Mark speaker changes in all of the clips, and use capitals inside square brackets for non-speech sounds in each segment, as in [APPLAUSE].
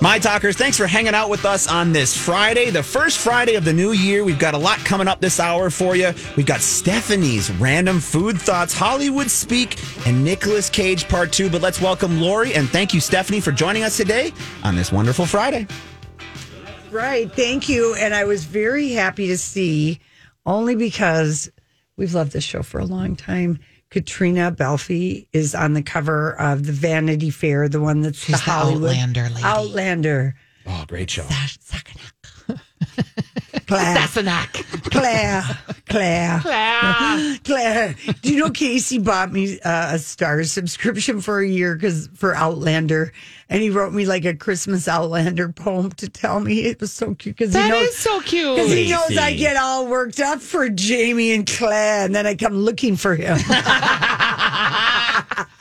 Speaker 1: My talkers, thanks for hanging out with us on this Friday, the first Friday of the new year. We've got a lot coming up this hour for you. We've got Stephanie's random food thoughts, Hollywood speak, and Nicolas Cage part two. But let's welcome Lori and thank you, Stephanie, for joining us today on this wonderful Friday.
Speaker 2: Right. Thank you. And I was very happy to see, only because we've loved this show for a long time. Katrina Belfi is on the cover of the Vanity Fair, the one that's
Speaker 3: She's the
Speaker 2: Hollywood-
Speaker 3: Outlander lady.
Speaker 2: Outlander.
Speaker 1: Oh, great show.
Speaker 3: [LAUGHS]
Speaker 2: Claire,
Speaker 3: Sassenach.
Speaker 2: Claire, Claire, Claire. Do you know Casey bought me uh, a star subscription for a year because for Outlander, and he wrote me like a Christmas Outlander poem to tell me it was so cute because he
Speaker 3: That
Speaker 2: knows
Speaker 3: is so
Speaker 2: Because
Speaker 3: cute.
Speaker 2: he knows I get all worked up for Jamie and Claire, and then I come looking for
Speaker 3: [LAUGHS]
Speaker 2: him.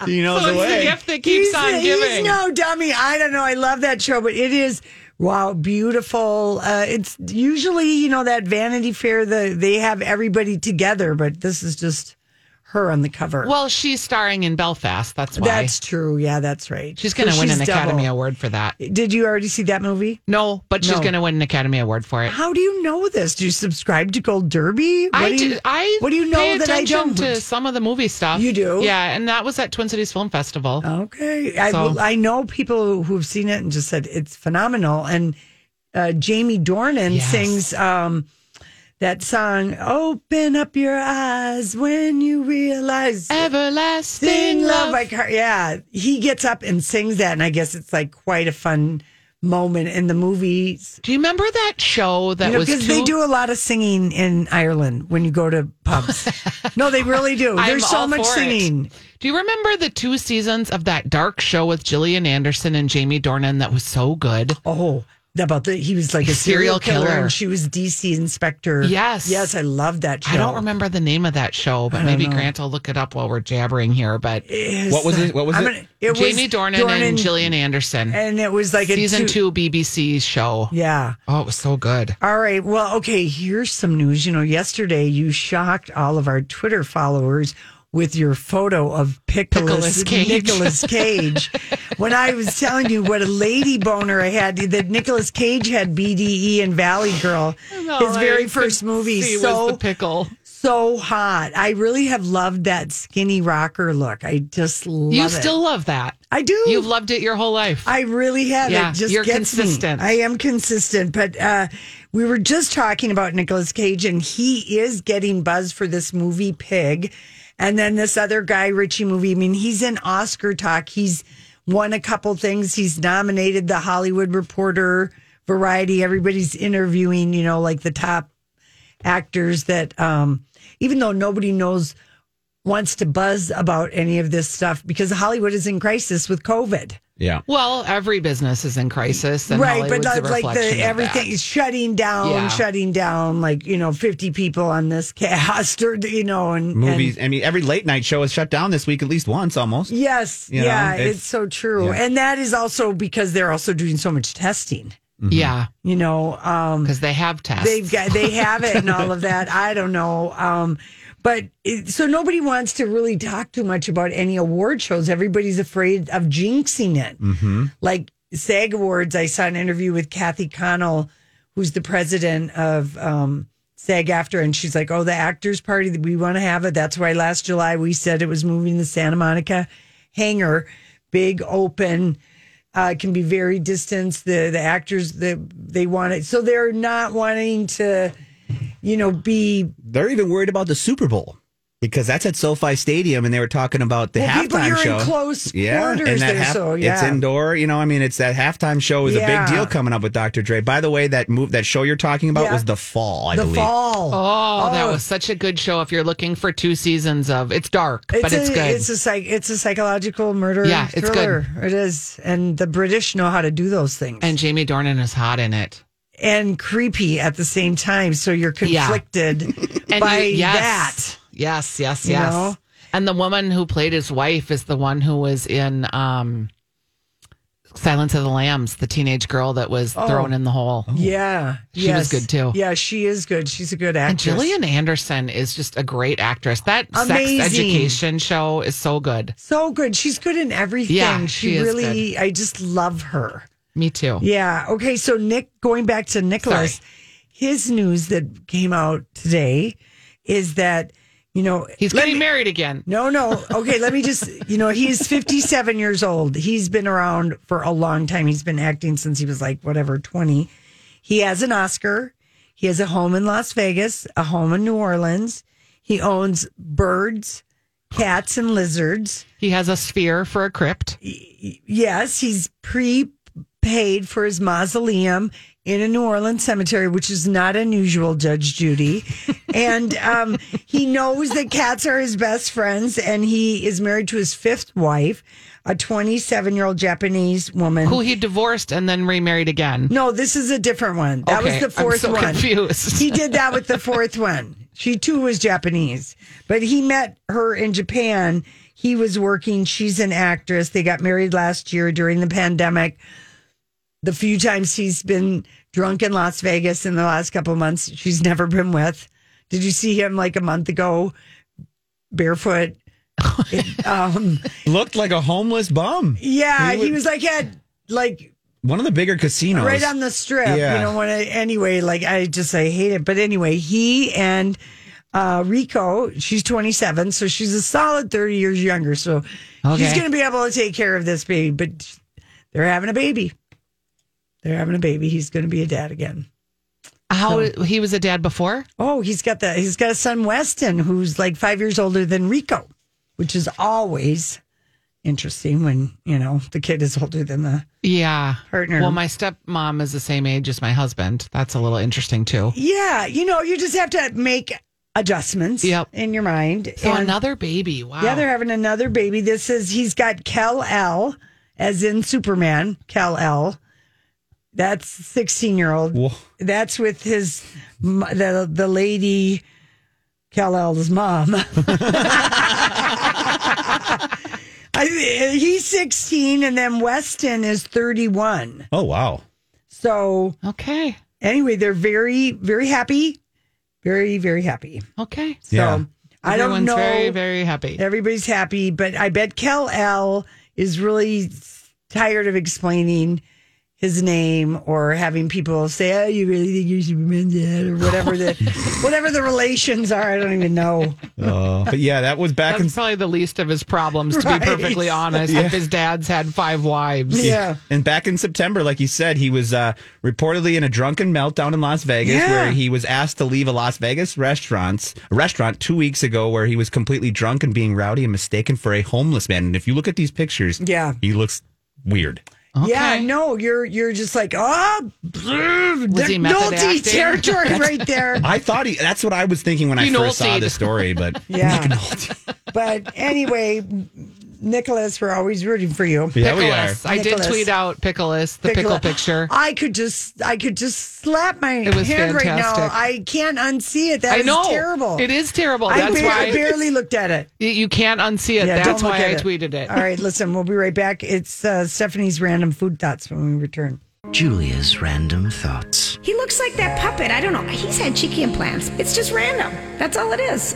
Speaker 1: You know
Speaker 3: So it's the gift that keeps
Speaker 2: he's,
Speaker 3: on
Speaker 2: he's
Speaker 3: giving.
Speaker 2: no dummy. I don't know. I love that show, but it is wow, beautiful. Uh, it's usually you know that Vanity Fair, the they have everybody together, but this is just her on the cover.
Speaker 3: well, she's starring in Belfast. That's why.
Speaker 2: that's true. Yeah, that's right.
Speaker 3: she's going to
Speaker 2: So
Speaker 3: win an
Speaker 2: she's double.
Speaker 3: Academy Award for that.
Speaker 2: Did you already see that movie?
Speaker 3: No, but she's
Speaker 2: No.
Speaker 3: going to win an Academy Award for it.
Speaker 2: How do you know this? Do you subscribe to Gold Derby? What
Speaker 3: I
Speaker 2: do
Speaker 3: do,
Speaker 2: you,
Speaker 3: I
Speaker 2: What do you know
Speaker 3: pay
Speaker 2: that I
Speaker 3: attention
Speaker 2: don't?
Speaker 3: to some of the movie stuff.
Speaker 2: You do? Oh.
Speaker 3: Yeah, and that was at Twin Cities Film Festival.
Speaker 2: Okay. I,
Speaker 3: So-
Speaker 2: will- I know people who've seen it and just said it's phenomenal. And uh, Jamie Dornan
Speaker 3: Yes.
Speaker 2: sings um, that song, Open Up Your Eyes When You Realize
Speaker 3: Everlasting
Speaker 2: Sing Love
Speaker 3: love.
Speaker 2: by Car. Yeah. He gets up and sings that. And I guess it's like quite a fun moment in the movies.
Speaker 3: do you remember that show that
Speaker 2: You know,
Speaker 3: was
Speaker 2: because
Speaker 3: two-
Speaker 2: they do a lot of singing in Ireland when you go to
Speaker 3: [LAUGHS]
Speaker 2: pubs. no, they really do.
Speaker 3: I'm
Speaker 2: There's so
Speaker 3: all
Speaker 2: much
Speaker 3: for it.
Speaker 2: singing.
Speaker 3: Do you remember the two seasons of that dark show with Gillian Anderson and Jamie Dornan that was so good?
Speaker 2: Oh, about the he was like a serial,
Speaker 3: Serial
Speaker 2: killer,
Speaker 3: killer.
Speaker 2: and she was DC inspector.
Speaker 3: Yes.
Speaker 2: yes, I love that show.
Speaker 3: I don't remember the name of that show, but maybe Grant will look it up while we're jabbering here. But
Speaker 1: What was it? What was
Speaker 2: I'm
Speaker 1: it?
Speaker 2: gonna- it
Speaker 3: Jamie
Speaker 2: was
Speaker 3: Dornan, and Gillian Anderson.
Speaker 2: and it was like
Speaker 3: season
Speaker 2: a
Speaker 3: two, BBC show.
Speaker 2: Yeah.
Speaker 3: Oh, it was so good.
Speaker 2: All right. Well, okay. Here's some news. You know, yesterday you shocked all of our Twitter followers with your photo of Pickles
Speaker 3: Nicolas Cage. [LAUGHS]
Speaker 2: Nicolas Cage. when I was telling you what a lady boner I had, that Nicolas Cage had BDE and Valley Girl, his very first movie.
Speaker 3: He
Speaker 2: so
Speaker 3: was the pickle.
Speaker 2: so hot. I really have loved that skinny rocker look. I just love
Speaker 3: you
Speaker 2: it.
Speaker 3: still love that.
Speaker 2: I do.
Speaker 3: You've loved it your whole life.
Speaker 2: I really have.
Speaker 3: Yeah,
Speaker 2: it just
Speaker 3: you're
Speaker 2: gets me.
Speaker 3: consistent.
Speaker 2: I am consistent, but uh, we were just talking about Nicolas Cage, and he is getting buzz for this movie Pig, and then this other Guy Ritchie movie. I mean, he's in Oscar talk. He's won a couple things. He's nominated the Hollywood Reporter, Variety. Everybody's interviewing. You know, like the top actors that um even though nobody knows wants to buzz about any of this stuff because Hollywood is in crisis with COVID.
Speaker 1: Yeah.
Speaker 3: well, every business is in crisis, and
Speaker 2: right, but
Speaker 3: Hollywood's a
Speaker 2: that's like
Speaker 3: reflection of
Speaker 2: the
Speaker 3: that.
Speaker 2: everything is shutting down,
Speaker 3: Yeah.
Speaker 2: shutting down like, you know, 50 people on this cast [LAUGHS] or you know and
Speaker 1: Movies.
Speaker 2: and-
Speaker 1: I mean, every late night show is shut down this week at least once almost.
Speaker 2: yes,
Speaker 1: You know,
Speaker 2: yeah,
Speaker 1: it's-
Speaker 2: it's, so true.
Speaker 1: yeah.
Speaker 2: And that is also because they're also doing so much testing,
Speaker 3: Yeah,
Speaker 2: you know, um
Speaker 3: because they have tests.
Speaker 2: they've got they have it and
Speaker 3: [LAUGHS]
Speaker 2: all of that i don't know um but it, so nobody wants to really talk too much about any award shows everybody's afraid of jinxing it
Speaker 1: Mm-hmm.
Speaker 2: like sag awards i saw an interview with kathy connell who's the president of um sag after and she's like oh the actors party that we want to have it that's why last july we said it was moving to santa monica hangar big open uh, can be very distant. The the actors that they want it, so they're not wanting to, you know, be
Speaker 1: They're even worried about the Super Bowl because that's at SoFi Stadium, and they were talking about the
Speaker 2: Well, people,
Speaker 1: halftime
Speaker 2: you're in
Speaker 1: show.
Speaker 2: close quarters there, so,
Speaker 1: it's
Speaker 2: yeah.
Speaker 1: indoor. You know, I mean, it's that halftime show is a
Speaker 2: Yeah.
Speaker 1: big deal coming up with Dr. Dre. By the way, that move, that show you're talking about
Speaker 2: Yeah.
Speaker 1: was the fall, I
Speaker 2: the
Speaker 1: believe.
Speaker 2: fall.
Speaker 3: Oh, that
Speaker 2: Oh.
Speaker 3: was such a good show. If you're looking for two seasons of, it's dark, but
Speaker 2: a,
Speaker 3: it's good.
Speaker 2: It's a psych, It's a psychological murder
Speaker 3: Yeah, it's good.
Speaker 2: thriller. It is, and the British know how to do those things
Speaker 3: and Jamie Dornan is hot in it.
Speaker 2: and creepy at the same time. So you're
Speaker 3: Yeah.
Speaker 2: conflicted
Speaker 3: [LAUGHS] And
Speaker 2: by
Speaker 3: you-
Speaker 2: that.
Speaker 3: Yes, yes,
Speaker 2: You
Speaker 3: yes.
Speaker 2: know?
Speaker 3: And the woman who played his wife is the one who was in um, Silence of the Lambs, the teenage girl that was thrown in the hole.
Speaker 2: Oh. Yeah,
Speaker 3: She was good, too.
Speaker 2: Yeah, she is good. She's a good
Speaker 3: And
Speaker 2: actress.
Speaker 3: Gillian Anderson is just a great actress. That
Speaker 2: Amazing.
Speaker 3: sex education show is so good.
Speaker 2: so good. She's good in everything.
Speaker 3: Yeah, she is
Speaker 2: really. I just love her.
Speaker 3: Me too.
Speaker 2: Yeah. Okay. So Nick, going back to Nicholas, his news that came out today is that you know
Speaker 3: He's
Speaker 2: let
Speaker 3: getting
Speaker 2: me-
Speaker 3: married again.
Speaker 2: [LAUGHS] No, no. Okay, let me just, you know, he's 57 years old. He's been around for a long time. He's been acting since he was like, whatever, 20. He has an Oscar. He has a home in Las Vegas, a home in New Orleans. He owns birds, cats, and lizards.
Speaker 3: He has a sphere for a crypt.
Speaker 2: Yes, he's prepaid for his mausoleum in a New Orleans cemetery, which is not unusual, Judge Judy. and um, he knows that cats are his best friends, and he is married to his fifth wife, a 27 year old Japanese woman.
Speaker 3: Who he divorced and then remarried again.
Speaker 2: no, this is a different one. That
Speaker 3: Okay,
Speaker 2: was the
Speaker 3: I'm
Speaker 2: 4th
Speaker 3: so
Speaker 2: one.
Speaker 3: confused.
Speaker 2: He did that with the
Speaker 3: [LAUGHS]
Speaker 2: fourth one. She too was Japanese, but he met her in Japan. He was working. She's an actress. They got married last year during the pandemic. The few times he's been drunk in Las Vegas in the last couple of months, she's never been with. Did you see him like a month ago,
Speaker 3: [LAUGHS]
Speaker 2: barefoot? It- um,
Speaker 1: Looked like a homeless bum.
Speaker 2: yeah,
Speaker 1: He
Speaker 2: he,
Speaker 1: would-
Speaker 2: was like at like
Speaker 1: One of the bigger casinos.
Speaker 2: right on the strip.
Speaker 1: Yeah.
Speaker 2: You know, when I, anyway, like I just I hate it. But anyway, he and uh, Rico, she's 27, so she's a solid 30 years younger. So she's
Speaker 3: Okay.
Speaker 2: going to be able to take care of this baby. But they're having a baby. They're having a baby. He's going to be a dad again.
Speaker 3: How he was a dad before?
Speaker 2: Oh, he's got the he's got a son Weston who's like five years older than Rico, which is always interesting when you know the kid is older than the
Speaker 3: Yeah.
Speaker 2: Partner.
Speaker 3: Well, my stepmom is the same age as my husband. That's a little interesting too.
Speaker 2: Yeah, you know, you just have to make adjustments
Speaker 3: Yep.
Speaker 2: in your mind.
Speaker 3: So
Speaker 2: And-
Speaker 3: another baby. Wow.
Speaker 2: Yeah, they're having another baby. This is he's got Kel L as in Superman, Kel L. That's 16 year old.
Speaker 1: Whoa.
Speaker 2: That's with his m- the the lady Kel L's mom. [LAUGHS] I, he's 16 and then Weston is 31.
Speaker 1: Oh, wow.
Speaker 2: So
Speaker 3: okay.
Speaker 2: anyway, they're very, very happy. Very, very happy.
Speaker 3: Okay.
Speaker 2: So
Speaker 1: Yeah.
Speaker 2: I don't
Speaker 3: Everyone's
Speaker 2: know.
Speaker 3: very, very happy.
Speaker 2: Everybody's happy, but I bet Kel L is really tired of explaining his name or having people say, "Oh, you really think you should be that?" or whatever the whatever the relations are. I don't even know.
Speaker 1: Uh, but yeah, that was back in
Speaker 3: That's probably the least of his problems, to
Speaker 2: [LAUGHS] Right.
Speaker 3: be perfectly honest. If his dad's had five wives.
Speaker 2: Yeah.
Speaker 1: And back in September, like you said, he was uh, reportedly in a drunken meltdown in Las Vegas,
Speaker 2: Yeah.
Speaker 1: where he was asked to leave a Las Vegas restaurants restaurant two weeks ago, where he was completely drunk and being rowdy and mistaken for a homeless man. And if you look at these pictures,
Speaker 2: Yeah.
Speaker 1: he looks weird.
Speaker 2: Yeah,
Speaker 3: Okay.
Speaker 2: no, you're you're just like, oh,
Speaker 3: Was he method
Speaker 2: guilty
Speaker 3: acting? [LAUGHS]
Speaker 2: territory right
Speaker 1: [LAUGHS]
Speaker 2: there.
Speaker 1: I thought he. That's what I was thinking when I
Speaker 3: He
Speaker 1: first saw
Speaker 3: nulted.
Speaker 1: this story,
Speaker 3: [LAUGHS]
Speaker 1: but
Speaker 2: Yeah. But anyway, Nicholas, we're always rooting for you.
Speaker 1: yeah, we are.
Speaker 3: Pickles. I did
Speaker 2: Nicholas.
Speaker 3: tweet out Pickles, the pickle picture.
Speaker 2: I could just, I could just slap my
Speaker 3: was
Speaker 2: hand right now.
Speaker 3: fantastic.
Speaker 2: I can't unsee it. That
Speaker 3: I
Speaker 2: is
Speaker 3: know.
Speaker 2: terrible.
Speaker 3: It is terrible.
Speaker 2: I,
Speaker 3: That's
Speaker 2: bar-
Speaker 3: why
Speaker 2: I barely looked at it.
Speaker 3: you- you can't unsee it.
Speaker 2: Yeah,
Speaker 3: That's
Speaker 2: don't look
Speaker 3: why
Speaker 2: at
Speaker 3: I
Speaker 2: it.
Speaker 3: tweeted it.
Speaker 2: All right, listen, we'll be right back. It's uh, Stephanie's random food thoughts when we return.
Speaker 4: Julia's random thoughts.
Speaker 5: He looks like that puppet. I don't know. He's had cheeky implants. It's just random. That's all it is.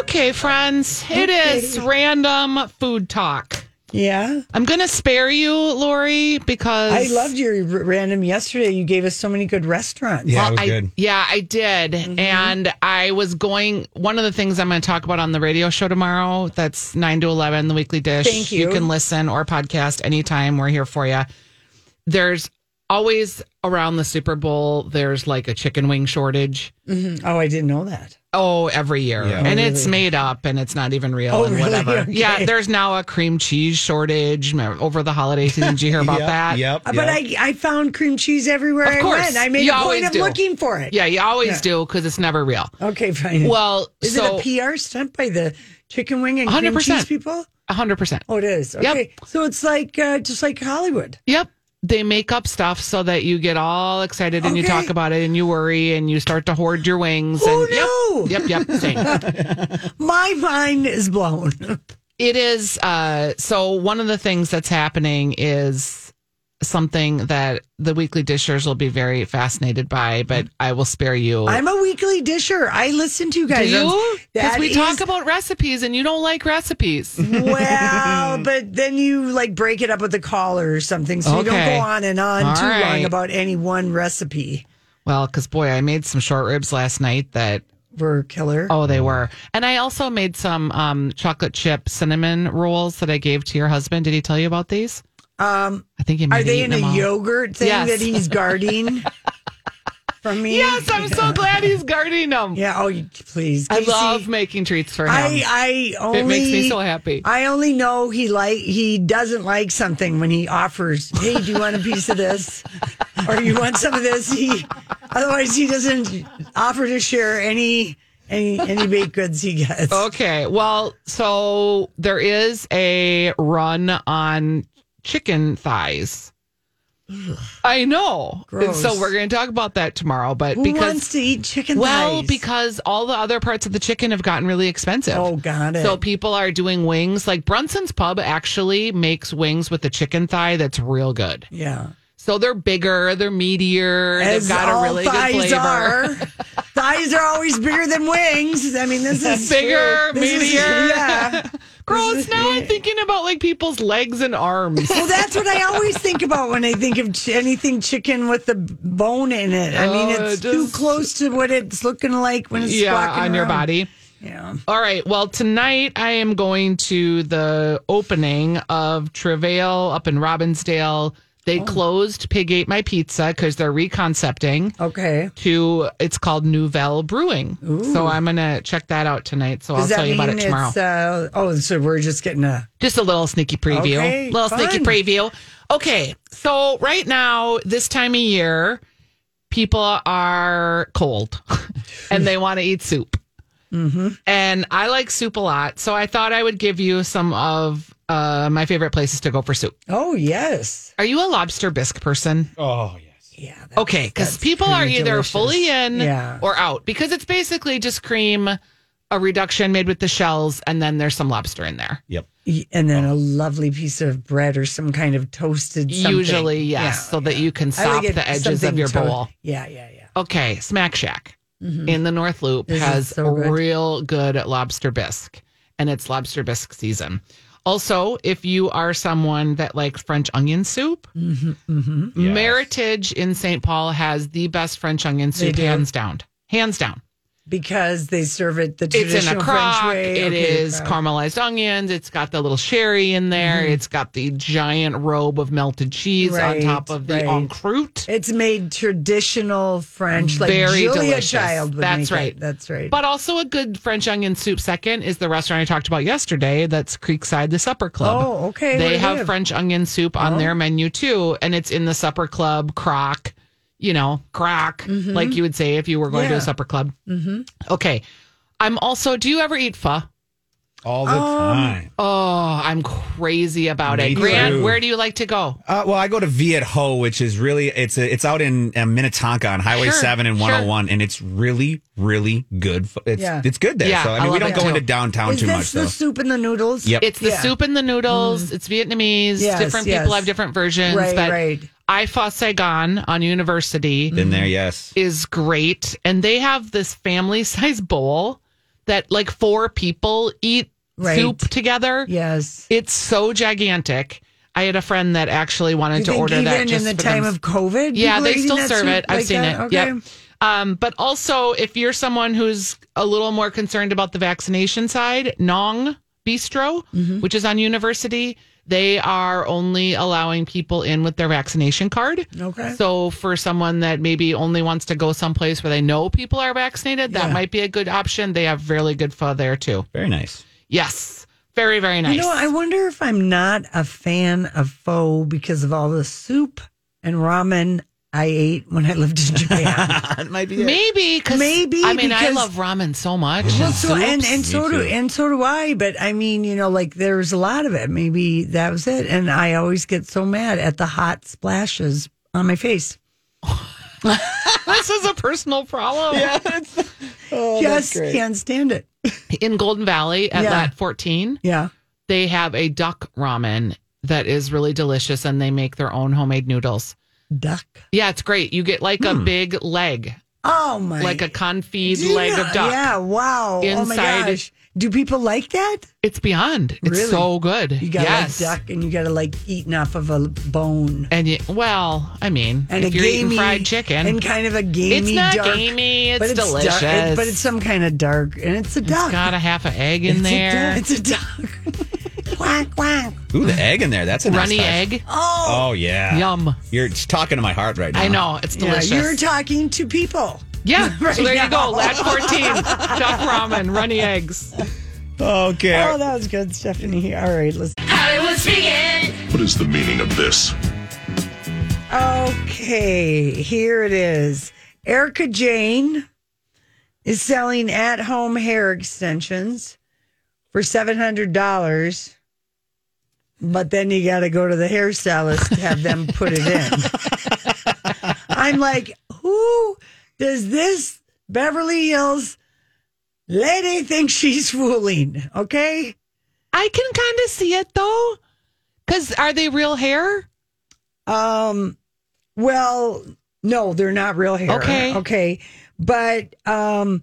Speaker 3: Okay, friends. It is random food talk.
Speaker 2: Yeah.
Speaker 3: I'm going to spare you, Lori, because
Speaker 2: I loved your r- random yesterday. You gave us so many good restaurants.
Speaker 1: Yeah, it was
Speaker 3: I,
Speaker 1: good.
Speaker 3: Yeah, I did.
Speaker 2: Mm-hmm.
Speaker 3: And I was going, one of the things I'm going to talk about on the radio show tomorrow, that's 9 to 11, the weekly dish.
Speaker 2: Thank you.
Speaker 3: You can listen or podcast anytime. We're here for you. There's always around the Super Bowl, there's like a chicken wing shortage.
Speaker 2: Oh, I didn't know that.
Speaker 3: Oh, every year. And it's made up and it's not even real
Speaker 2: Oh,
Speaker 3: and
Speaker 2: really? [LAUGHS]
Speaker 3: whatever.
Speaker 2: Okay.
Speaker 3: Yeah, there's now a cream cheese shortage over the holiday season. Did you hear
Speaker 1: [LAUGHS]
Speaker 3: about
Speaker 1: Yep,
Speaker 3: that?
Speaker 1: Yep.
Speaker 2: Uh, But
Speaker 1: yep.
Speaker 2: I, I found cream cheese everywhere
Speaker 3: Of
Speaker 2: I
Speaker 3: course.
Speaker 2: went. I made
Speaker 3: You
Speaker 2: a
Speaker 3: always
Speaker 2: point of
Speaker 3: do.
Speaker 2: looking for it.
Speaker 3: Yeah, you always do because it's never real.
Speaker 2: Okay, fine.
Speaker 3: Well,
Speaker 2: is
Speaker 3: so
Speaker 2: it a PR stunt by the chicken wing and cream
Speaker 3: 100%.
Speaker 2: cheese people?
Speaker 3: 100%.
Speaker 2: Oh, it is.
Speaker 3: Yep.
Speaker 2: Okay, so it's like uh, just like Hollywood.
Speaker 3: Yep. They make up stuff so that you get all excited and you
Speaker 2: Okay.
Speaker 3: talk about it and you worry and you start to hoard your wings.
Speaker 2: Who
Speaker 3: and Yep, yep,
Speaker 2: [LAUGHS]
Speaker 3: yep. Same.
Speaker 2: My mind is blown.
Speaker 3: Oh. it is. Uh, so one of the things that's happening is something that the weekly dishers will be very fascinated by, but I will spare you.
Speaker 2: I'm a weekly disher. I listen to you
Speaker 3: Do
Speaker 2: guys.
Speaker 3: you? Because
Speaker 2: That
Speaker 3: we talk
Speaker 2: is-
Speaker 3: about recipes and you don't like recipes. [LAUGHS]
Speaker 2: well, but then you like break it up with the caller or something, so you don't
Speaker 3: Okay.
Speaker 2: go on and on
Speaker 3: All
Speaker 2: too long
Speaker 3: right.
Speaker 2: about any one recipe.
Speaker 3: well, because boy, I made some short ribs last night that
Speaker 2: We're killer.
Speaker 3: Oh, they were. And I also made some um, chocolate chip cinnamon rolls that I gave to your husband. Did he tell you about these? Um, I think he might
Speaker 2: Are
Speaker 3: have
Speaker 2: they
Speaker 3: eaten
Speaker 2: in a
Speaker 3: them all.
Speaker 2: yogurt thing
Speaker 3: Yes.
Speaker 2: that he's
Speaker 3: [LAUGHS]
Speaker 2: guarding from me?
Speaker 3: Yes,
Speaker 2: [LAUGHS]
Speaker 3: I'm so glad he's guarding them.
Speaker 2: Yeah. Oh, you- please.
Speaker 3: I
Speaker 2: Casey,
Speaker 3: love making treats for him.
Speaker 2: I I only
Speaker 3: it makes me so happy.
Speaker 2: I only know he like he doesn't like something when he offers, "Hey, do you want a piece of this?" [LAUGHS] or "You want some of this?" He otherwise he doesn't offer to share any any any baked goods he gets.
Speaker 3: okay. Well, so there is a run on chicken thighs. I know. And so
Speaker 2: Gross.
Speaker 3: we're going to talk about that tomorrow. But
Speaker 2: Who
Speaker 3: because
Speaker 2: wants to eat chicken
Speaker 3: Well,
Speaker 2: thighs?
Speaker 3: because all the other parts of the chicken have gotten really expensive.
Speaker 2: Oh, got it.
Speaker 3: So people are doing wings. Like Brunson's Pub actually makes wings with a chicken thigh that's real good.
Speaker 2: yeah,
Speaker 3: So they're bigger, they're meatier,
Speaker 2: as
Speaker 3: they've got
Speaker 2: all
Speaker 3: a really
Speaker 2: thighs
Speaker 3: good flavor. [LAUGHS]
Speaker 2: are. thighs are always bigger than wings. I mean, this is
Speaker 3: Bigger,
Speaker 2: This is-
Speaker 3: meatier.
Speaker 2: yeah. [LAUGHS]
Speaker 3: Gross. Now I'm thinking about like people's legs and arms.
Speaker 2: Well, that's what I always think about when I think of ch- anything chicken with the bone in it. I mean,
Speaker 3: Oh,
Speaker 2: it's
Speaker 3: it
Speaker 2: too
Speaker 3: just-
Speaker 2: close to what it's looking like when it's
Speaker 3: yeah,
Speaker 2: walking
Speaker 3: on your
Speaker 2: around.
Speaker 3: body.
Speaker 2: Yeah.
Speaker 3: All right. Well, tonight I am going to the opening of Travail up in Robbinsdale.
Speaker 2: Oh.
Speaker 3: They closed Pig Ate My Pizza because they're reconcepting.
Speaker 2: Okay.
Speaker 3: to it's called Nouvelle Brewing. So I'm gonna check that out tonight. So I'll
Speaker 2: Does that
Speaker 3: tell you
Speaker 2: mean
Speaker 3: about it tomorrow.
Speaker 2: it's? Uh, oh, so we're just getting a.
Speaker 3: Just a little sneaky preview.
Speaker 2: Okay,
Speaker 3: little
Speaker 2: fun.
Speaker 3: sneaky preview. Okay, so right now, this time of year, people are cold [LAUGHS] and they want to eat soup.
Speaker 2: Mm-hmm.
Speaker 3: And I like soup a lot, so I thought I would give you some of uh, my favorite places to go for soup.
Speaker 2: Oh yes.
Speaker 3: Are you a lobster bisque person?
Speaker 1: oh yes.
Speaker 2: Yeah. that's-
Speaker 3: Okay, because
Speaker 2: that's
Speaker 3: people are
Speaker 2: pretty
Speaker 3: either
Speaker 2: delicious.
Speaker 3: fully in
Speaker 2: Yeah.
Speaker 3: or out because it's basically just cream, a reduction made with the shells, and then there's some lobster in there.
Speaker 1: Yep.
Speaker 2: and then a lovely piece of bread or some kind of toasted. Something.
Speaker 3: Usually, yes,
Speaker 2: Yeah,
Speaker 3: so
Speaker 2: yeah.
Speaker 3: that you can
Speaker 2: I like
Speaker 3: sop
Speaker 2: it-
Speaker 3: the edges
Speaker 2: something
Speaker 3: of your
Speaker 2: to-
Speaker 3: bowl.
Speaker 2: Yeah, yeah, yeah.
Speaker 3: Okay, Smack Shack in the North Loop
Speaker 2: This is
Speaker 3: has
Speaker 2: so
Speaker 3: a
Speaker 2: good.
Speaker 3: real good lobster bisque, and it's lobster bisque season. Also, if you are someone that likes French onion soup,
Speaker 2: Mm-hmm,
Speaker 1: Yes.
Speaker 3: Meritage in St. Paul has the best French onion soup,
Speaker 2: do.
Speaker 3: hands down. Hands down.
Speaker 2: Because they serve it the
Speaker 3: it's
Speaker 2: traditional
Speaker 3: in a crock.
Speaker 2: French
Speaker 3: It
Speaker 2: way.
Speaker 3: is
Speaker 2: Okay, crock.
Speaker 3: caramelized onions. It's got the little sherry in there. It's got the giant robe of melted cheese
Speaker 2: Mm-hmm. Right,
Speaker 3: on top of the
Speaker 2: right.
Speaker 3: encroute.
Speaker 2: It's made traditional French, like
Speaker 3: Very
Speaker 2: Julia
Speaker 3: delicious.
Speaker 2: Child would
Speaker 3: That's
Speaker 2: make it.
Speaker 3: right.
Speaker 2: That's right.
Speaker 3: But also a good French onion soup. Second is the restaurant I talked about yesterday. That's Creekside, the Supper Club.
Speaker 2: oh, okay. what do Oh.
Speaker 3: they have French onion soup on their menu too, and it's in the Supper Club crock. You know, crock, like you would say if you were going to a
Speaker 2: Mm-hmm. Yeah.
Speaker 3: supper club. Mm-hmm. Okay. I'm also, do you ever eat pho?
Speaker 1: All the
Speaker 2: Um,
Speaker 1: time.
Speaker 3: Oh, I'm crazy about
Speaker 1: Me
Speaker 3: it. Grant,
Speaker 1: too.
Speaker 3: where do you like to go?
Speaker 1: Uh, well, I go to Viet Ho, which is really it's a, it's out in uh, Minnetonka on Highway
Speaker 3: Sure,
Speaker 1: Seven and
Speaker 3: sure.
Speaker 1: One Hundred One, and it's really really good. fu- It's
Speaker 2: Yeah.
Speaker 1: it's good there.
Speaker 3: Yeah,
Speaker 1: so I
Speaker 3: I
Speaker 1: mean, we
Speaker 3: love
Speaker 1: don't
Speaker 3: it
Speaker 1: go
Speaker 3: too.
Speaker 1: into downtown
Speaker 2: Is
Speaker 1: too
Speaker 2: this
Speaker 1: much
Speaker 2: the
Speaker 1: though.
Speaker 2: soup and the noodles?
Speaker 1: Yep.
Speaker 3: It's the
Speaker 2: Yeah.
Speaker 3: soup and the noodles.
Speaker 1: Mm.
Speaker 3: It's Vietnamese.
Speaker 2: Yes,
Speaker 3: Different
Speaker 2: yes.
Speaker 3: people have different versions.
Speaker 2: Right,
Speaker 3: but
Speaker 2: right.
Speaker 3: I Pho Saigon on university
Speaker 1: Been there, yes.
Speaker 3: is [LAUGHS] great. And they have this family size bowl that like four people eat
Speaker 2: Right.
Speaker 3: soup together.
Speaker 2: Yes.
Speaker 3: It's so gigantic. I had a friend that actually wanted to order
Speaker 2: even
Speaker 3: that just
Speaker 2: in the
Speaker 3: for
Speaker 2: time
Speaker 3: them-
Speaker 2: of COVID,
Speaker 3: Yeah,
Speaker 2: people are
Speaker 3: they
Speaker 2: eating
Speaker 3: still
Speaker 2: that
Speaker 3: serve
Speaker 2: soup
Speaker 3: it. I've
Speaker 2: like
Speaker 3: seen
Speaker 2: that?
Speaker 3: it.
Speaker 2: Okay.
Speaker 3: Yep. Um, but also, if you're someone who's a little more concerned about the vaccination side, Nong Bistro,
Speaker 2: Mm-hmm.
Speaker 3: which is on University, they are only allowing people in with their vaccination card.
Speaker 2: Okay.
Speaker 3: So for someone that maybe only wants to go someplace where they know people are vaccinated, that might be a good option. They have really good pho there too.
Speaker 1: Very nice.
Speaker 3: Yes. Very, very nice.
Speaker 2: You know, I wonder if I'm not a fan of pho because of all the soup and ramen I ate when I lived in Japan.
Speaker 3: [LAUGHS]
Speaker 1: That might be
Speaker 3: Maybe because
Speaker 2: Maybe
Speaker 3: I mean I
Speaker 2: because-
Speaker 3: love ramen so much.
Speaker 2: well,
Speaker 3: and
Speaker 2: so and,
Speaker 3: soups.
Speaker 2: and so do
Speaker 1: too.
Speaker 2: and so do I. But I mean, you know, like there's a lot of it. Maybe that was it. And I always get so mad at the hot splashes on my face.
Speaker 3: [LAUGHS] this is a personal problem.
Speaker 2: yes, can't stand it.
Speaker 3: In Golden Valley at
Speaker 2: Yeah.
Speaker 3: Lat 14,
Speaker 2: Yeah.
Speaker 3: they have a duck ramen that is really delicious and they make their own homemade noodles.
Speaker 2: Duck.
Speaker 3: Yeah, it's great. You get like
Speaker 1: Hmm.
Speaker 3: a big leg,
Speaker 2: Oh my
Speaker 3: like a confit
Speaker 2: Do you
Speaker 3: leg
Speaker 2: know-
Speaker 3: of duck.
Speaker 2: Yeah, wow. oh my
Speaker 3: Inside-
Speaker 2: gosh. Do people like that?
Speaker 3: It's beyond. It's
Speaker 2: Really?
Speaker 3: so good.
Speaker 2: You gotta
Speaker 3: yes.
Speaker 2: like duck and you gotta like eating off of a bone.
Speaker 3: And you, well, I mean,
Speaker 2: And
Speaker 3: if
Speaker 2: a
Speaker 3: you're
Speaker 2: gamey
Speaker 3: eating fried chicken,
Speaker 2: And kind of a gamey
Speaker 3: it's not
Speaker 2: dark.
Speaker 3: gamey. It's,
Speaker 2: but it's
Speaker 3: delicious.
Speaker 2: Dark, it- but it's some kind of dark and it's a duck.
Speaker 3: got a half an egg in
Speaker 2: It's a
Speaker 3: there.
Speaker 2: duck- [LAUGHS] it's a duck. quack quack.
Speaker 1: Ooh, the egg in there. That's a nice
Speaker 3: runny
Speaker 1: touch.
Speaker 3: egg.
Speaker 2: Oh,
Speaker 1: Oh yeah.
Speaker 3: Yum.
Speaker 1: You're just talking to my heart right now.
Speaker 3: I know. It's
Speaker 2: yeah,
Speaker 3: delicious.
Speaker 2: you're talking to people.
Speaker 3: yeah. so there
Speaker 2: [LAUGHS] right
Speaker 3: you go.
Speaker 2: now.
Speaker 3: Lat 14. duck ramen, runny eggs.
Speaker 1: Okay.
Speaker 2: Oh, that was good, Stephanie. All right, let's.
Speaker 6: What is the meaning of this?
Speaker 2: Okay, here it is. Erica Jane is selling at home hair extensions for $700. But then you got to go to the hairstylist to have them put it in. I'm like, who does this Beverly Hills lady think she's fooling? Okay.
Speaker 3: I can kind of see it though. Because are they real hair?
Speaker 2: Um, well, no, they're not real hair.
Speaker 3: Okay.
Speaker 2: Okay. But um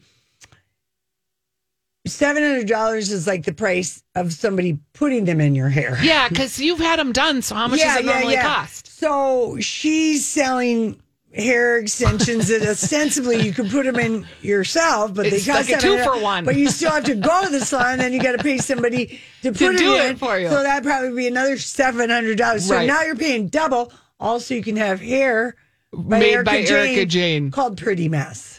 Speaker 2: seven hundred dollars is like the price of somebody putting them in your hair.
Speaker 3: Yeah, because you've had them done. So how much does it normally cost?
Speaker 2: So she's selling hair extensions that ostensibly you could put them in yourself, but
Speaker 3: It's
Speaker 2: they cost
Speaker 3: like a two
Speaker 2: $700.
Speaker 3: for one.
Speaker 2: But you still have to go to the salon, then you got to pay somebody to put
Speaker 3: do
Speaker 2: it
Speaker 3: it
Speaker 2: in
Speaker 3: for you.
Speaker 2: So that'd probably be another seven hundred dollars. So
Speaker 3: Right.
Speaker 2: now you're paying double. Also, you can have hair by
Speaker 3: Made
Speaker 2: Erica
Speaker 3: by
Speaker 2: Jane,
Speaker 3: Erica Jane.
Speaker 2: called Pretty Mess.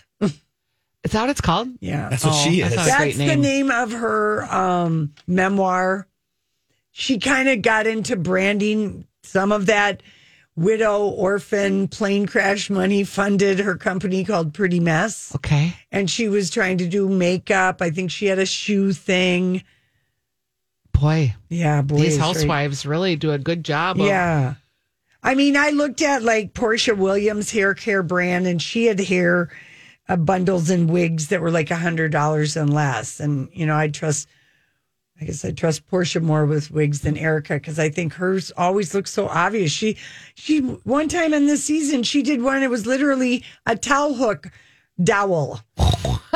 Speaker 3: Is that what it's called?
Speaker 2: Yeah,
Speaker 1: That's what she
Speaker 3: oh, I
Speaker 1: is.
Speaker 3: thought- a
Speaker 2: that's
Speaker 3: great
Speaker 2: the
Speaker 3: name.
Speaker 2: name of her um, memoir. She kind of got into branding some of that widow, orphan, plane crash money funded her company called Pretty Mess.
Speaker 3: Okay.
Speaker 2: And she was trying to do makeup. I think she had a shoe thing.
Speaker 3: Boy,
Speaker 2: Yeah, boy.
Speaker 3: these
Speaker 2: is right.
Speaker 3: housewives really do a good job. Of,
Speaker 2: Yeah. I mean, I looked at like Portia Williams' hair care brand, and she had hair uh, bundles and wigs that were like $100 and less. And, you know, I trust, I guess I trust Portia more with wigs than Erica because I think hers always looks so obvious. She, she, one time in this season, she did one, it was literally a towel hook dowel.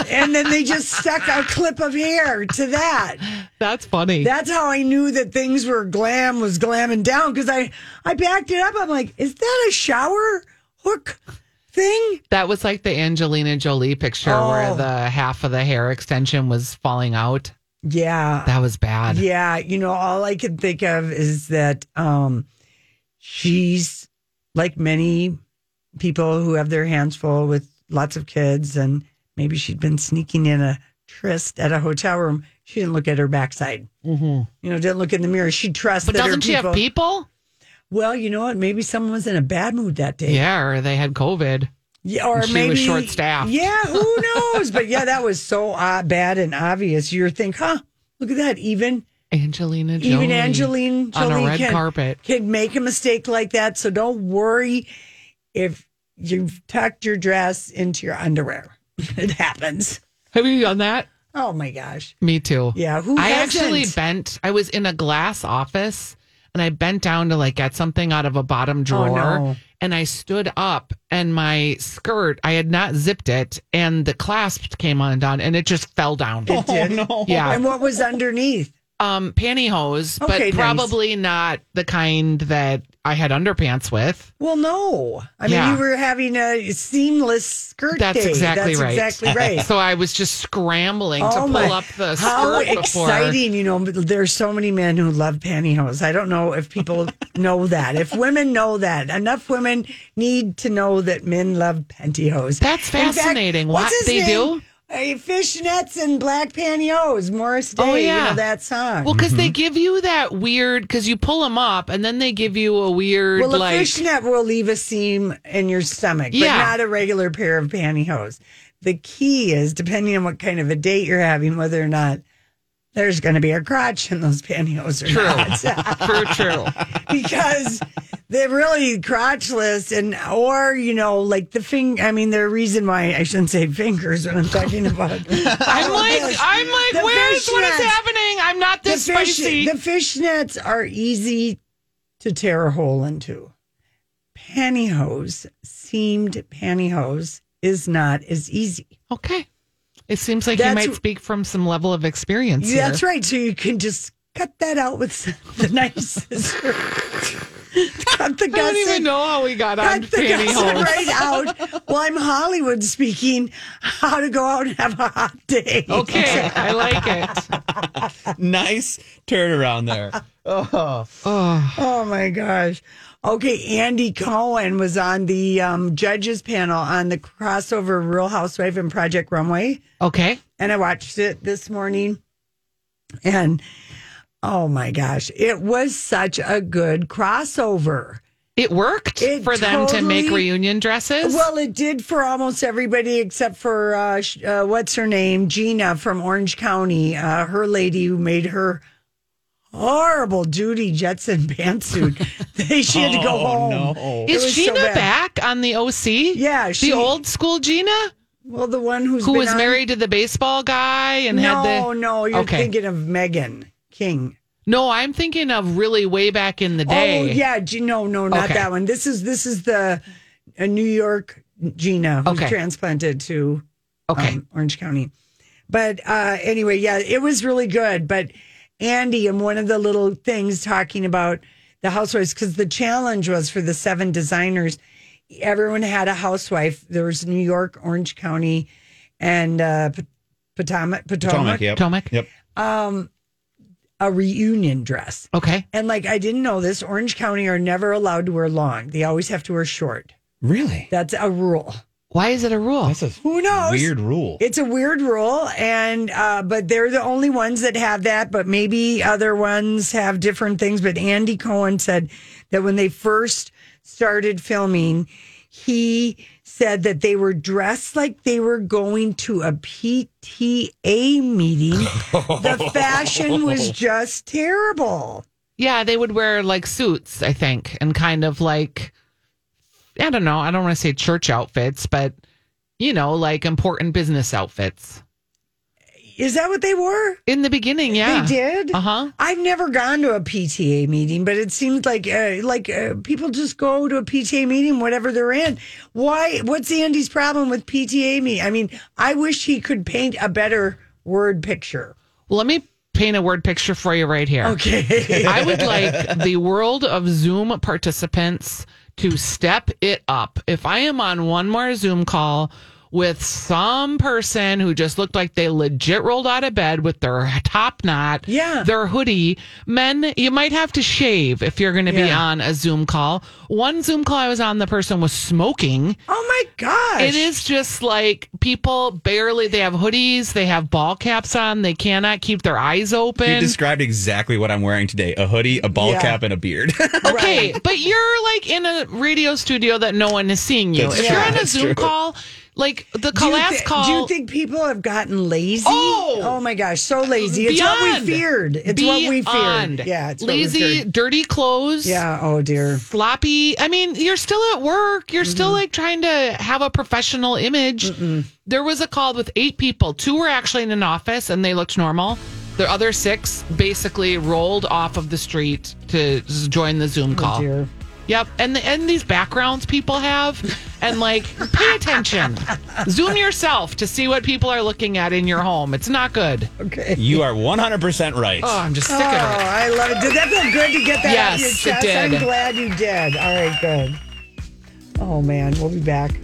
Speaker 2: and then they just stuck a clip of hair to that.
Speaker 3: That's funny.
Speaker 2: That's how I knew that things were glam was glamming down because I I backed it up. I'm like, is that a shower hook thing?
Speaker 3: that was like the Angelina Jolie picture where the half of the hair extension was falling out.
Speaker 2: Yeah,
Speaker 3: That was bad.
Speaker 2: yeah. You know, all I can think of is that um, she's like many people who have their hands full with lots of kids, and maybe she'd been sneaking in a tryst at a hotel room. She didn't look at her backside. You know, didn't look in the mirror. She trusted.
Speaker 3: Mm-hmm. But
Speaker 2: that her
Speaker 3: doesn't she have people?
Speaker 2: Well, you know what? Maybe someone was in a bad mood that day.
Speaker 3: Yeah, or they had COVID.
Speaker 2: Yeah, or
Speaker 3: And she was
Speaker 2: maybe
Speaker 3: short-staffed.
Speaker 2: Yeah,
Speaker 3: [LAUGHS]
Speaker 2: who knows? but yeah, that was so uh, bad and obvious. You're think, huh? Look at that. Even
Speaker 3: Angelina Jolie.
Speaker 2: even Angeline
Speaker 3: on
Speaker 2: Jolie
Speaker 3: a red
Speaker 2: can,
Speaker 3: carpet.
Speaker 2: can make a mistake like that. So don't worry if you've tucked your dress into your underwear. [LAUGHS] it happens.
Speaker 3: Have you done that?
Speaker 2: Oh my gosh.
Speaker 3: Me too.
Speaker 2: Yeah, who
Speaker 3: I actually
Speaker 2: hasn't?
Speaker 3: bent. I was in a glass office, and I bent down to like get something out of a bottom drawer,
Speaker 2: Oh, no.
Speaker 3: and I stood up, and my skirt I had not zipped it, and the clasp came undone, and it just fell down.
Speaker 2: It did.
Speaker 1: [LAUGHS] Oh,
Speaker 3: Yeah.
Speaker 2: And what was underneath?
Speaker 3: um, pantyhose, but
Speaker 2: Okay, nice.
Speaker 3: probably not the kind that I had underpants with.
Speaker 2: Well, no. I mean,
Speaker 3: Yeah.
Speaker 2: you were having a seamless skirt
Speaker 3: That's
Speaker 2: day.
Speaker 3: exactly
Speaker 2: That's
Speaker 3: right. [LAUGHS]
Speaker 2: exactly right.
Speaker 3: So I was just scrambling to
Speaker 2: Oh
Speaker 3: pull
Speaker 2: my-
Speaker 3: up the
Speaker 2: How
Speaker 3: skirt before.
Speaker 2: exciting! You know, there's so many men who love pantyhose. I don't know if people [LAUGHS] know that. If women know that, enough women need to know that men love pantyhose.
Speaker 3: That's
Speaker 2: In fact,
Speaker 3: fascinating. What
Speaker 2: what's his
Speaker 3: they
Speaker 2: name?
Speaker 3: do?
Speaker 2: Hey, fishnets and black pantyhose. Morris Day.
Speaker 3: Oh,
Speaker 2: you
Speaker 3: yeah.
Speaker 2: know that song.
Speaker 3: Well, because they give you that weird, because you pull them up and then they give you a weird,
Speaker 2: Well, a
Speaker 3: like,
Speaker 2: fishnet will leave a seam in your stomach,
Speaker 3: Yeah.
Speaker 2: but not a regular pair of pantyhose. The key is, depending on what kind of a date you're having, whether or not there's going to be a crotch in those pantyhose or
Speaker 3: True.
Speaker 2: not. [LAUGHS]
Speaker 3: true, true.
Speaker 2: because they're really crotchless and, or, you know, like the fing. I mean, the reason why I shouldn't say fingers when I'm talking about.
Speaker 3: [LAUGHS] I'm like, I'm like, where is what is happening? I'm not
Speaker 2: The,
Speaker 3: this
Speaker 2: fish,
Speaker 3: spicy.
Speaker 2: the fishnets are easy to tear a hole into. Pantyhose, seamed pantyhose, is not as easy.
Speaker 3: okay. It seems like
Speaker 2: That's-
Speaker 3: you might speak from some level of experience.
Speaker 2: Yeah, That's
Speaker 3: here.
Speaker 2: right. So you can just cut that out with the knife [LAUGHS] scissors. cut the
Speaker 3: I don't
Speaker 2: gusset-
Speaker 3: even know how we got on
Speaker 2: Cut the gusset
Speaker 3: pantyhose.
Speaker 2: right out. Well, I'm Hollywood speaking how to go out and have a hot day.
Speaker 3: Okay, I like it.
Speaker 1: nice turnaround
Speaker 3: [LAUGHS]
Speaker 1: there.
Speaker 2: Oh my gosh. Okay, Andy Cohen was on the um, judges panel on the crossover Real Housewife and Project Runway,
Speaker 3: Okay.
Speaker 2: and I watched it this morning. And oh my gosh, it was such a good crossover.
Speaker 3: It worked
Speaker 2: It
Speaker 3: for them to make
Speaker 2: totally-
Speaker 3: reunion dresses.
Speaker 2: Well, it did for almost everybody except for uh, sh- uh, what's her name, Gina from Orange County, uh, her lady who made her horrible Judy Jetson
Speaker 3: [LAUGHS]
Speaker 2: pantsuit. they she had to go home. it
Speaker 3: Oh, is
Speaker 2: was so
Speaker 3: Gina
Speaker 2: bad.
Speaker 3: back on the OC?
Speaker 2: Yeah, she-
Speaker 3: the old school Gina
Speaker 2: Well, the one who's
Speaker 3: who
Speaker 2: been
Speaker 3: was
Speaker 2: on-
Speaker 3: married to the baseball guy and
Speaker 2: No,
Speaker 3: had the
Speaker 2: no, you're
Speaker 3: Okay.
Speaker 2: thinking of Megan King.
Speaker 3: No, I'm thinking of really way back in the day.
Speaker 2: Oh yeah, G- no, no, not
Speaker 3: Okay.
Speaker 2: that one. This is this is the uh, New York Gina who's
Speaker 3: Okay.
Speaker 2: transplanted to
Speaker 3: Okay.
Speaker 2: um, Orange County. But uh, anyway, yeah, it was really good. But Andy and one of the little things talking about the housewives because the challenge was for the seven designers. Everyone had a housewife. There was New York, Orange County, and uh, P- Potomac, Potomac,
Speaker 1: Yep.
Speaker 3: Potomac?
Speaker 1: Yep.
Speaker 2: a reunion dress.
Speaker 3: Okay.
Speaker 2: And like I didn't know this, Orange County are never allowed to wear long. They always have to wear short.
Speaker 1: Really?
Speaker 2: That's a rule.
Speaker 3: Why is it a rule?
Speaker 1: That's a
Speaker 2: Who knows?
Speaker 1: weird rule.
Speaker 2: It's a weird rule, and uh, but they're the only ones that have that. But maybe other ones have different things. But Andy Cohen said that when they first started filming, he said that they were dressed like they were going to a PTA meeting. the fashion was just terrible.
Speaker 3: Yeah, they would wear like suits, I think, and kind of like I don't know, I don't want to say church outfits, but you know, like important business outfits.
Speaker 2: Is that what they wore?
Speaker 3: In the beginning, yeah.
Speaker 2: They did.
Speaker 3: Uh-huh.
Speaker 2: I've never gone to a PTA meeting, but it seems like uh, like uh, people just go to a PTA meeting, whatever they're in. Why? What's Andy's problem with PTA meeting? I mean, I wish he could paint a better word picture.
Speaker 3: Well, let me paint a word picture for you right here.
Speaker 2: Okay,
Speaker 3: [LAUGHS] I would like the world of Zoom participants to step it up. If I am on one more Zoom call with some person who just looked like they legit rolled out of bed with their top knot,
Speaker 2: Yeah.
Speaker 3: their hoodie, men, you might have to shave if you're going to be
Speaker 2: Yeah.
Speaker 3: on a Zoom call. One Zoom call I was on, the person was smoking.
Speaker 2: oh my gosh,
Speaker 3: It is just like people barely, they have hoodies, they have ball caps on, they cannot keep their eyes open.
Speaker 1: You described exactly what I'm wearing today: a hoodie, a ball
Speaker 2: Yeah.
Speaker 1: cap, and a beard. [LAUGHS]
Speaker 3: Okay, but you're like in a radio studio that no one is seeing you.
Speaker 1: That's
Speaker 3: if
Speaker 1: true.
Speaker 3: you're on a
Speaker 1: That's
Speaker 3: Zoom
Speaker 1: true.
Speaker 3: call, like the
Speaker 2: Do you
Speaker 3: collapse
Speaker 2: thi-
Speaker 3: call,
Speaker 2: Do you think people have gotten lazy?
Speaker 3: Oh!
Speaker 2: my gosh, so lazy. It's what
Speaker 3: Beyond.
Speaker 2: we feared. It's what we
Speaker 3: beyond.
Speaker 2: feared. Yeah, it's what we
Speaker 3: lazy,
Speaker 2: feared.
Speaker 3: dirty clothes.
Speaker 2: Yeah. Oh dear.
Speaker 3: Sloppy. I mean, you're still at work. You're still like trying to have a professional image. There was a call with eight people. Two were actually in an office and they looked normal. The other six basically rolled off of the street to s- join the Zoom call.
Speaker 2: dear.
Speaker 3: Yep, and the, and these backgrounds people have, and like pay attention, zoom yourself to see what people are looking at in your home. It's not good.
Speaker 2: Okay.
Speaker 1: You are 100% right.
Speaker 3: Oh, I'm just sick
Speaker 2: Oh,
Speaker 3: of it.
Speaker 2: I love it. Did that feel good to get that out of your
Speaker 3: Yes, it
Speaker 2: chest? I'm
Speaker 3: did.
Speaker 2: glad you did. All right, good. Oh man, we'll be back.